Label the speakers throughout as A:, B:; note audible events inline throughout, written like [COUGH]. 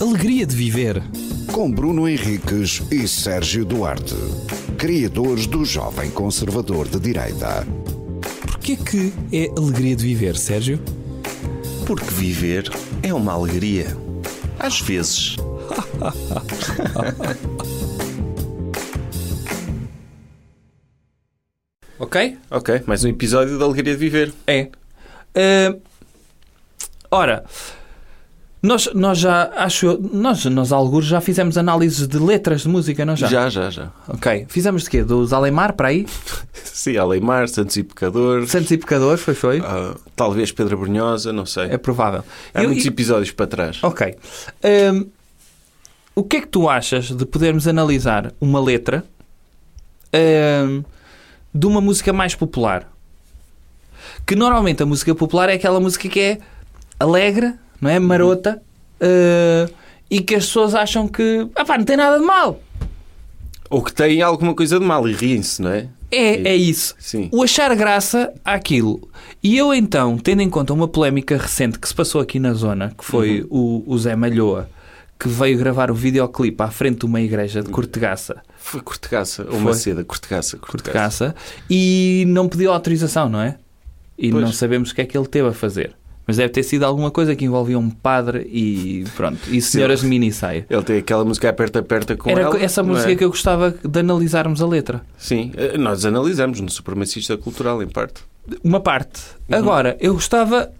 A: alegria de viver.
B: Com Bruno Henriques e Sérgio Duarte, criadores do Jovem Conservador de Direita.
A: Porquê que é alegria de viver, Sérgio?
C: Porque viver é uma alegria. Às vezes.
A: Ok?
C: Ok, mais um episódio da Alegria de Viver.
A: É. Ah, ora, nós, nós já, acho eu, nós, nós alguns já fizemos análises de letras de música, não já?
C: Já, já, já.
A: Ok. Fizemos de quê? Dos Alemar para aí?
C: Sim, Aleimar, Santos e Pecador.
A: Santos e Pecadores, foi, foi?
C: ah, talvez Pedra Brunhosa, não sei.
A: É provável.
C: Há
A: Eu-
C: muitos
A: e-
C: episódios para trás.
A: Ok. Hum, o que é que tu achas de podermos analisar uma letra hum, de uma música mais popular? Que normalmente a música popular é aquela música que é alegre, não é? Marota. hum, e que as pessoas acham que. Ah pá, não tem nada de mal.
C: Ou que têm alguma coisa de mal e riem-se, não é?
A: É, é isso.
C: Sim.
A: O achar graça àquilo. E eu então, tendo em conta uma polémica recente que se passou aqui na zona, que foi
C: Uhum.
A: o, o Zé Malhoa, que veio gravar o videoclipe à frente de uma igreja de Cortegaça,
C: Foi Cortegaça, ou
A: Foi.
C: Maceda, Cortegaça, Cortegaça.
A: Cortegaça, e não pediu autorização, não é? E
C: Pois.
A: não sabemos o que é que ele teve a fazer. Mas deve ter sido alguma coisa que envolvia um padre e pronto, e senhoras de mini saia.
C: Ele tem aquela música aperta, aperta com
A: Era
C: ela. é?
A: essa música que eu gostava de analisarmos a letra.
C: Sim, eh, nós analisamos no Supremacista Cultural, em parte.
A: uma parte.
C: Uhum.
A: Agora, eu gostava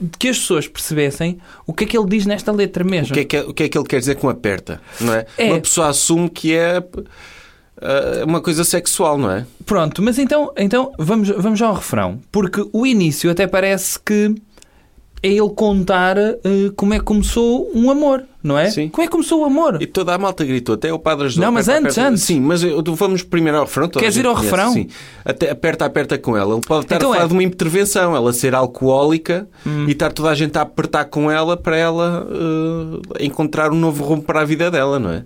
A: de que as pessoas percebessem o que é que ele diz nesta letra mesmo.
C: O que, é que, o que é que ele quer dizer com aperta? Não é?
A: É.
C: Uma pessoa assume que é ah, uma coisa sexual, não é?
A: Pronto, mas então, então vamos, vamos ao refrão. Porque o início até parece que é ele contar eh, como é que começou um amor, não é?
C: Sim.
A: Como é que começou o amor?
C: E toda a malta gritou, até o padre ajudou.
A: Não, mas
C: Aperta,
A: antes,
C: aperta.
A: antes.
C: Sim, mas eu- vamos primeiro ao refrão. toda a
A: Queres
C: gente
A: ir ao
C: conhece,
A: refrão?
C: Sim. Até aperta, aperta com ela. Ele pode estar
A: Então
C: a falar
A: é.
C: de uma intervenção, ela ser alcoólica e estar toda a gente a apertar com ela para ela ah, encontrar um novo rumo para a vida dela, não é?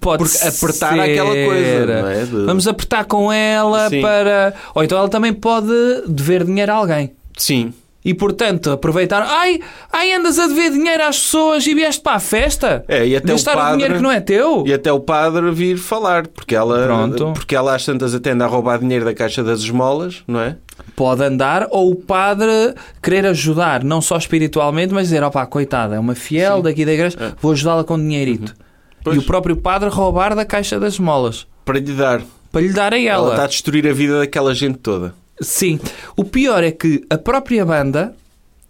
A: Pode
C: Porque apertar
A: ser.
C: é aquela coisa, não é? De-
A: Vamos apertar com ela
C: Sim.
A: para. Ou então ela também pode dever dinheiro a alguém.
C: Sim.
A: E portanto, aproveitar. Ai, ai, andas a dever dinheiro às pessoas e vieste para a festa?
C: É, e até o
A: Gastar
C: padre-
A: dinheiro que não é teu?
C: E até o padre vir falar, porque ela,
A: Pronto.
C: porque ela às tantas até anda a roubar dinheiro da caixa das esmolas, não é?
A: Pode andar, ou o padre querer ajudar, não só espiritualmente, mas dizer: opá, coitada, é uma fiel daqui da igreja, vou ajudá-la com dinheirito.
C: É. Uhum. Pois.
A: E o próprio padre roubar da caixa das molas
C: Para lhe dar.
A: para lhe dar a
C: Ela...
A: ela.
C: está a destruir a vida daquela gente toda.
A: Sim. O pior é que a própria banda,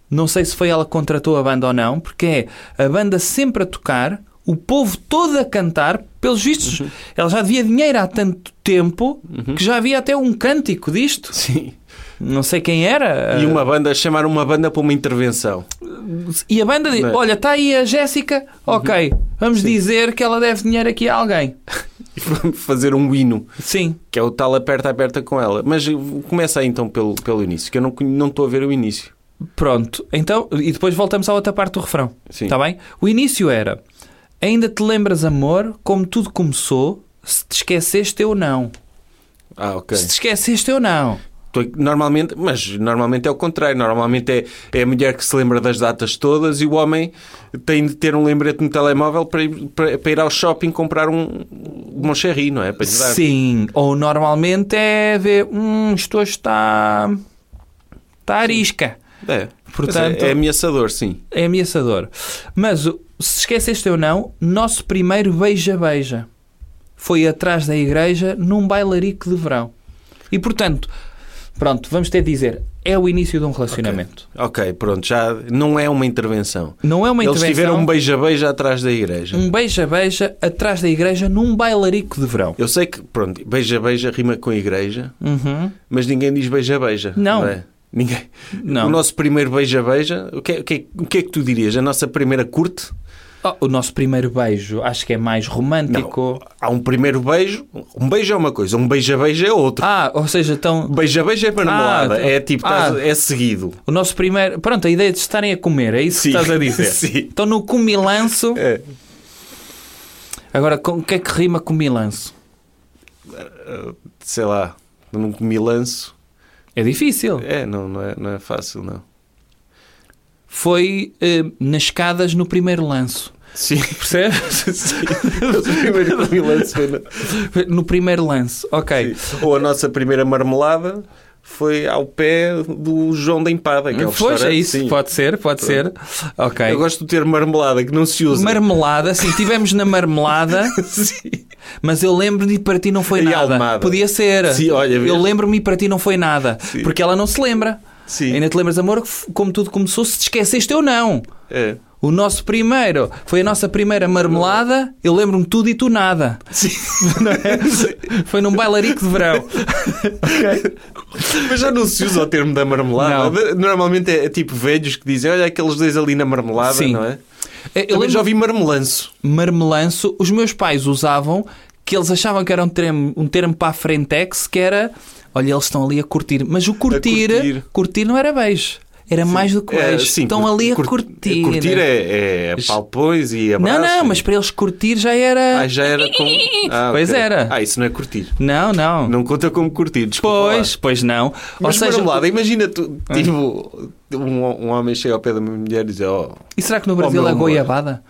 A: não sei se foi ela que contratou a banda ou não, porque é a banda sempre a tocar, o povo todo a cantar, pelos vistos,
C: Uhum.
A: ela já devia dinheiro há tanto tempo que já havia até um cântico disto.
C: Sim.
A: Não sei quem era. eh,
C: E uma banda, chamar uma banda para uma intervenção. [LAUGHS]
A: E a banda diz:
C: Não é? Uhum.
A: Olha, está aí a Jéssica, ok, vamos dizer que ela deve dinheiro aqui a alguém.
C: E vamos fazer um hino,
A: Sim.
C: que é o tal aperta, aperta com ela. Mas começa aí então pelo, pelo início, que eu não, conhe- não estou a ver o início.
A: Pronto, então, e depois voltamos à outra parte do refrão.
C: Sim.
A: Está bem? O início era: Ainda te lembras, amor, como tudo começou, se te esqueceste eu não.
C: Ah, ok.
A: Se te esqueceste eu não.
C: Estou aqui- Normalmente, mas normalmente é o contrário. Normalmente é, é a mulher que se lembra das datas todas e o homem tem de ter um lembrete no telemóvel para ir, para, para ir ao shopping comprar um, um Moncherry, não é? Para lhe dar.
A: Sim, ou normalmente é ver: Hum, isto hoje está. está arisca.
C: É.
A: Portanto-
C: Mas é, é ameaçador, sim.
A: É ameaçador. Mas o- se esqueceste ou não, nosso primeiro beija-beija foi atrás da igreja num bailarico de verão. E portanto, pronto, vamos ter de dizer, é o início de um relacionamento.
C: Ok, pronto, já não é uma intervenção.
A: Não é uma
C: Eles
A: intervenção.
C: tiveram um beija-beija atrás da igreja.
A: um beija-beija atrás da igreja num bailarico de verão.
C: Eu sei que, pronto, beija-beija rima com igreja,
A: Uhum.
C: mas ninguém diz beija-beija.
A: Não.
C: é? Ninguém.
A: Não.
C: O nosso primeiro beija-beija, o que, é- o que é- o que é que tu dirias? A nossa primeira curte?
A: Oh, o nosso primeiro beijo, acho que é mais romântico.
C: Há um primeiro beijo, um beijo é uma coisa, um beija-beija é outro.
A: Ah, ou seja, tão
C: Beija-beija é marmelada,
A: Ah,
C: é tipo, estás-
A: ah.
C: é seguido.
A: o nosso primeiro, pronto, a ideia de estarem a comer, é isso
C: Sim.
A: que estás a dizer.
C: [LAUGHS] Sim.
A: Estão no comilanço.
C: É.
A: Agora, com- o que é que rima comilanço?
C: Sei lá, não me lanço.
A: É difícil.
C: É, não, não, é, não é fácil, não.
A: Foi eh, nas escadas no primeiro lanço.
C: Sim.
A: Percebes?
C: [LAUGHS]
A: [LAUGHS]
C: O primeiro que me lancei na-
A: No primeiro lance, ok.
C: Sim. Ou a nossa primeira marmelada foi ao pé do João da Empada, que é o
A: Pois é
C: restaurante.
A: isso,
C: Sim.
A: pode ser, pode ser. Ok.
C: Eu gosto de ter marmelada que não se usa.
A: Marmelada, sim, tivemos na marmelada,
C: [LAUGHS] Sim.
A: mas eu lembro-me e para ti não foi
C: E
A: nada.
C: Almada.
A: Podia ser.
C: Sim, olha, vês.
A: eu lembro-me e para ti não foi nada. Porque ela não se lembra.
C: Sim.
A: Ainda te lembras, amor, que f- como tudo começou, se te esqueceste ou não.
C: É.
A: O nosso primeiro, foi a nossa primeira marmelada, eu lembro-me tudo e tu nada.
C: [LAUGHS]
A: Não é? Foi num bailarico de verão.
C: Mas já não se usa o termo da marmelada. Normalmente é, é tipo velhos que dizem: olha aqueles dois ali na marmelada,
A: Sim.
C: não é?
A: Eu
C: Eu
A: lembro-
C: já ouvi marmelanço.
A: marmelanço, os meus pais usavam que eles achavam que era um termo, um termo para a frentex que era olha, eles estão ali a curtir, mas o curtir, curtir.
C: curtir.
A: não era beijo, era mais do que
C: É,
A: beijo.
C: sim,
A: estão
C: cur-
A: ali a
C: cur-
A: curtir. né?
C: Curtir é, é palpões e
A: Não,
C: abraços.
A: não, mas para eles curtir já era.
C: Ah, já era
A: [LAUGHS]
C: com. Ah,
A: Pois
C: ok.
A: era.
C: Ah, isso não é curtir.
A: Não, não.
C: Não conta como curtir, desculpa. lá.
A: Pois, pois não.
C: Mas
A: Ou seja, É.
C: marmelada, imagina tu, tipo, um, um homem chega ao pé da minha mulher e diz: Oh, [LAUGHS]
A: e será que no Brasil
C: meu
A: é
C: amor.
A: goiabada?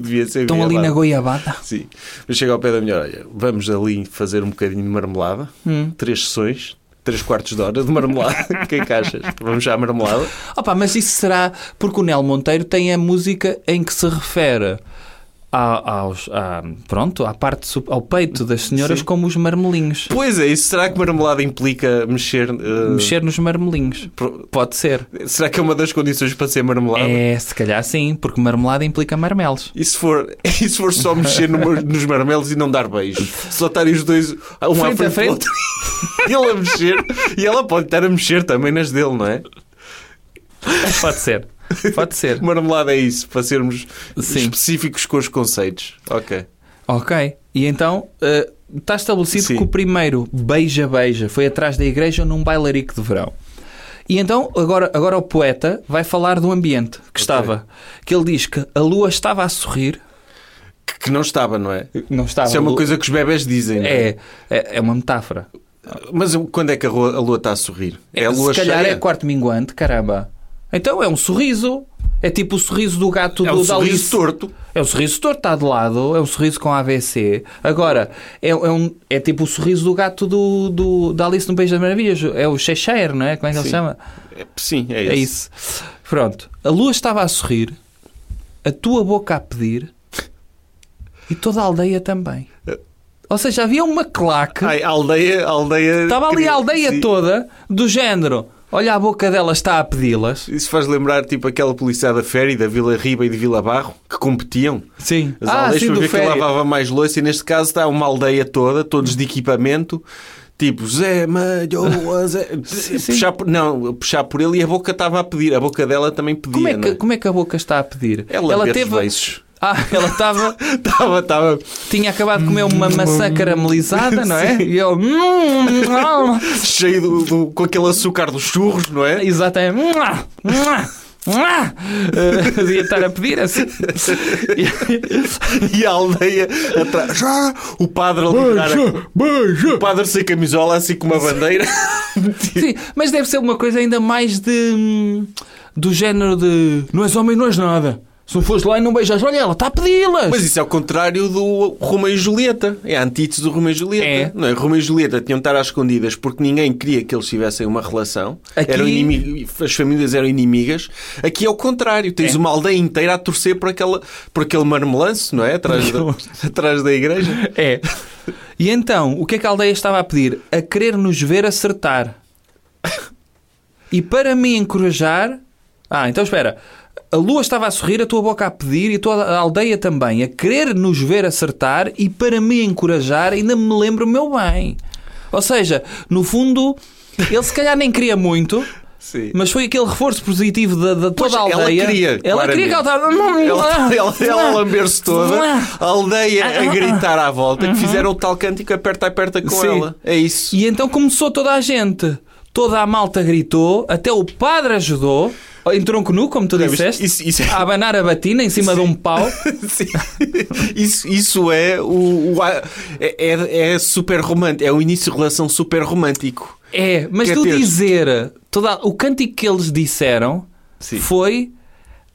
C: devia ser
A: Estão ali
C: violado."
A: na goiabada.
C: Sim. Mas chega ao pé da mulher: Olha, vamos ali fazer um bocadinho de marmelada.
A: Hum.
C: Três sessões, três quartos de hora de marmelada. [LAUGHS] O que é que achas? Vamos já à marmelada?
A: Opa, mas isso será porque o Nel Monteiro tem a música em que se refere a- aos, a- pronto, à parte, sup- ao peito das senhoras
C: Sim.
A: como os marmelinhos.
C: Pois é, isso. Será que marmelada implica mexer. eh,
A: Mexer nos marmelinhos.
C: pro- Ah,
A: Pode ser.
C: Será que é uma das condições para ser marmelada?
A: É, se calhar sim, porque marmelada implica marmelos.
C: E se for, [LAUGHS] e se for só mexer no- nos marmelos e não dar beijo? Só estarem os dois, um à
A: Frente a
C: frente, do outro, [LAUGHS] e ele a mexer, e ela pode estar a mexer também nas dele, não é?
A: Pode ser. Pode ser.
C: Marmelada é isso, para sermos
A: Sim.
C: específicos com os conceitos. Ok.
A: Ok. E então, eh, está estabelecido
C: Sim.
A: que o primeiro beija-beija foi atrás da igreja num bailarico de verão. E então, agora, agora o poeta vai falar do ambiente que estava. Que ele diz que a lua estava a sorrir.
C: Que, que não estava, não é?
A: Não estava.
C: Isso é
A: a
C: uma
A: lua-
C: coisa que os bebés dizem. não
A: É, é, é uma metáfora.
C: Mas quando é que a lua, a lua está a sorrir? É a lua
A: Se calhar
C: cheia?
A: é quarto minguante, caramba. Então é um sorriso. É tipo o sorriso do gato
C: É
A: do
C: um
A: da
C: sorriso
A: Alice.
C: torto.
A: É um sorriso torto, está de lado, é um sorriso com AVC. Agora, é, é um- é tipo o sorriso do gato do, do, da Alice no País das Maravilhas. É o Cheshire, não é? Como é que ele
C: Sim.
A: chama?
C: É- sim, é isso.
A: É isso. Pronto. A lua estava a sorrir, a tua boca a pedir e toda a aldeia também. Ou seja, havia uma claque.
C: Ai, a aldeia, a aldeia...
A: Estava ali a aldeia
C: Sim.
A: toda do género. Olha, a boca dela está a pedi-las.
C: Isso faz lembrar tipo aquela policiada féri da Vila Riba e de Vila Barro que competiam.
A: Sim.
C: As
A: ah,
C: aldeias
A: sim,
C: para
A: do
C: ver quem
A: férias.
C: lavava mais louça e neste caso está uma aldeia toda, todos de equipamento, tipo Zé Malhoa, Zé...
A: [LAUGHS] sim.
C: Puxar por... Não, puxar por ele e a boca estava a pedir, a boca dela também pedia.
A: Como é,
C: não
A: que, como é que a boca está a pedir?
C: Ela, ela teve... [LAUGHS] beijos.
A: Ah, ela estava...
C: Estava, estava...
A: Tinha acabado de comer uma maçã caramelizada, não é?
C: [LAUGHS] Sim.
A: E eu... "Hum, hum,
C: Cheio do, do- com aquele açúcar dos churros, não é?
A: Exatamente. Mua, mua, mua. "Hum, Eh, Devia estar a pedir assim.
C: [LAUGHS] E a aldeia atrás. Já! O padre a livrar. a- O padre sem camisola, assim com uma
A: [LAUGHS]
C: bandeira.
A: Sim, mas deve ser uma coisa ainda mais de. hum, do género de. Não és homem, não és nada. Se não fores lá e não beijas, olha ela, está a pedi-las.
C: Mas isso é o contrário do Romeu e Julieta. É a antítese do Romeu e Julieta.
A: É.
C: Não é? Romeu e Julieta tinham de estar às escondidas porque ninguém queria que eles tivessem uma relação.
A: Aqui-
C: Eram inimi- As famílias eram inimigas. Aqui é o contrário. Tens uma aldeia inteira a torcer por, aquela... por aquele marmelanço, não é? Atrás da... [LAUGHS] Atrás da igreja.
A: É. [LAUGHS] E então, o que é que a aldeia estava a pedir? A querer nos ver
C: [LAUGHS]
A: acertar. E para me encorajar. Ah, então espera. A lua estava a sorrir, a tua boca a pedir e toda a aldeia também, a querer nos ver acertar e para me encorajar, ainda me lembro o meu bem. Ou seja, no fundo, ele se calhar nem queria muito,
C: Sim.
A: mas foi aquele reforço positivo da, da toda
C: Pois,
A: a
C: ela
A: aldeia.
C: queria,
A: ela queria que ela estava.
C: Ela, [LAUGHS] ela, ela a lamber-se toda,
A: é.
C: a
A: Ah,
C: aldeia a gritar à volta, que fizeram o tal cântico aperta, aperta com
A: Uhum. Sim.
C: ela. É isso.
A: E então começou toda a gente. Toda a malta gritou, até o padre ajudou, Oh, em tronco nu, como tu
C: Já viste?
A: disseste,
C: Isso- isso é-
A: a abanar a batina em cima de
C: [LAUGHS]
A: um pau.
C: Sim. Isso, isso é o, o- a- é, é- é super romântico, é o início de relação super romântico.
A: É, mas
C: Quer
A: tu
C: ter-
A: dizer, toda, o cântico que eles disseram
C: Sim.
A: foi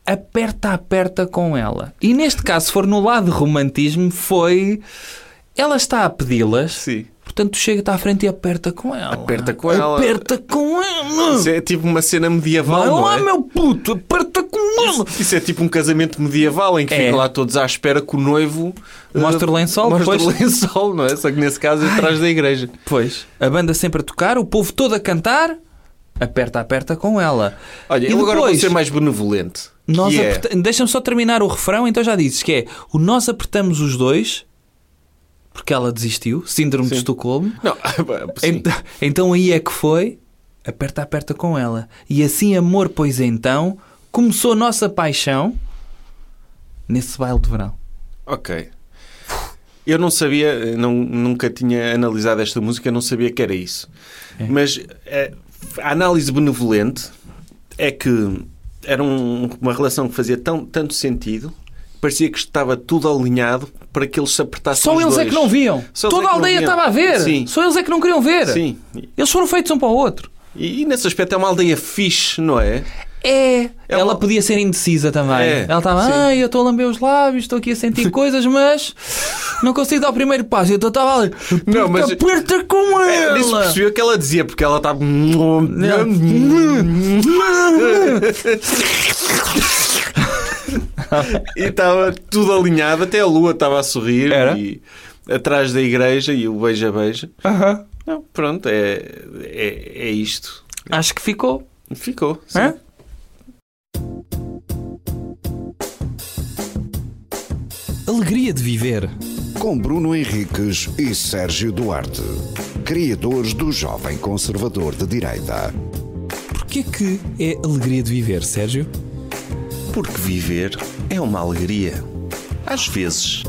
A: aperta aperta com ela. E neste caso, se for no lado romantismo, foi ela está a pedi-las,
C: Sim.
A: portanto chega-te à frente e aperta com ela.
C: Aperta com ela.
A: Aperta com ela.
C: Isso é tipo uma cena medieval,
A: Vai
C: não
A: lá,
C: é?
A: ah, meu puto, aperta com ela.
C: Isso é tipo um casamento medieval em que
A: É.
C: ficam lá todos à espera que o noivo eh,
A: Mostra o lençol,
C: mostra o
A: depois-
C: lençol, não é? Só que nesse caso é atrás da igreja.
A: Pois, a banda sempre a tocar, o povo todo a cantar, aperta aperta com ela.
C: Olha,
A: e
C: eu agora vou
A: depois,
C: ser mais benevolente.
A: nós
C: que é-
A: aperta- deixa-me só terminar o refrão, então já dizes que é o nós apertamos os dois porque ela desistiu, síndrome de Estocolmo.
C: Não, [LAUGHS] é sim.
A: Ent- então aí é que foi, aperta aperta com ela. E assim, amor, pois então, começou a nossa paixão nesse baile de verão.
C: Ok. Eu não sabia, não- nunca tinha analisado esta música, não sabia que era isso.
A: É.
C: Mas eh, a análise benevolente é que era um- uma relação que fazia tão, tanto sentido, parecia que estava tudo alinhado para que eles se apertassem
A: Só
C: os
A: eles é
C: dois.
A: que não viam.
C: Só eles é
A: Toda a
C: que não
A: aldeia
C: viam.
A: estava a ver.
C: Sim.
A: Só eles é que não queriam ver.
C: Sim.
A: Eles foram feitos um para o outro.
C: E, e nesse aspecto é uma aldeia fixe, não é?
A: É. Ela
C: uma-
A: podia ser indecisa também.
C: É,
A: Ela estava,
C: sim.
A: ai, eu estou a lamber os lábios, estou aqui a sentir coisas, mas não consigo dar o primeiro passo. Eu estava ali,
C: Não,
A: não,
C: mas-
A: mas... aperta com
C: Ela disse
A: ela.
C: percebeu o que ela dizia, porque ela tá- estava. e estava tudo alinhado, até a lua estava a sorrir.
A: Era?
C: E atrás da igreja e o beija-beija.
A: Aham.
C: Não, pronto, é, é, é isto.
A: Acho que ficou.
C: Ficou. sim.
A: Hã?
D: Alegria de viver.
B: Com Bruno Henriques e Sérgio Duarte, criadores do Jovem Conservador de Direita.
D: Porquê que é alegria de viver, Sérgio?
C: Porque viver é uma alegria. Às vezes.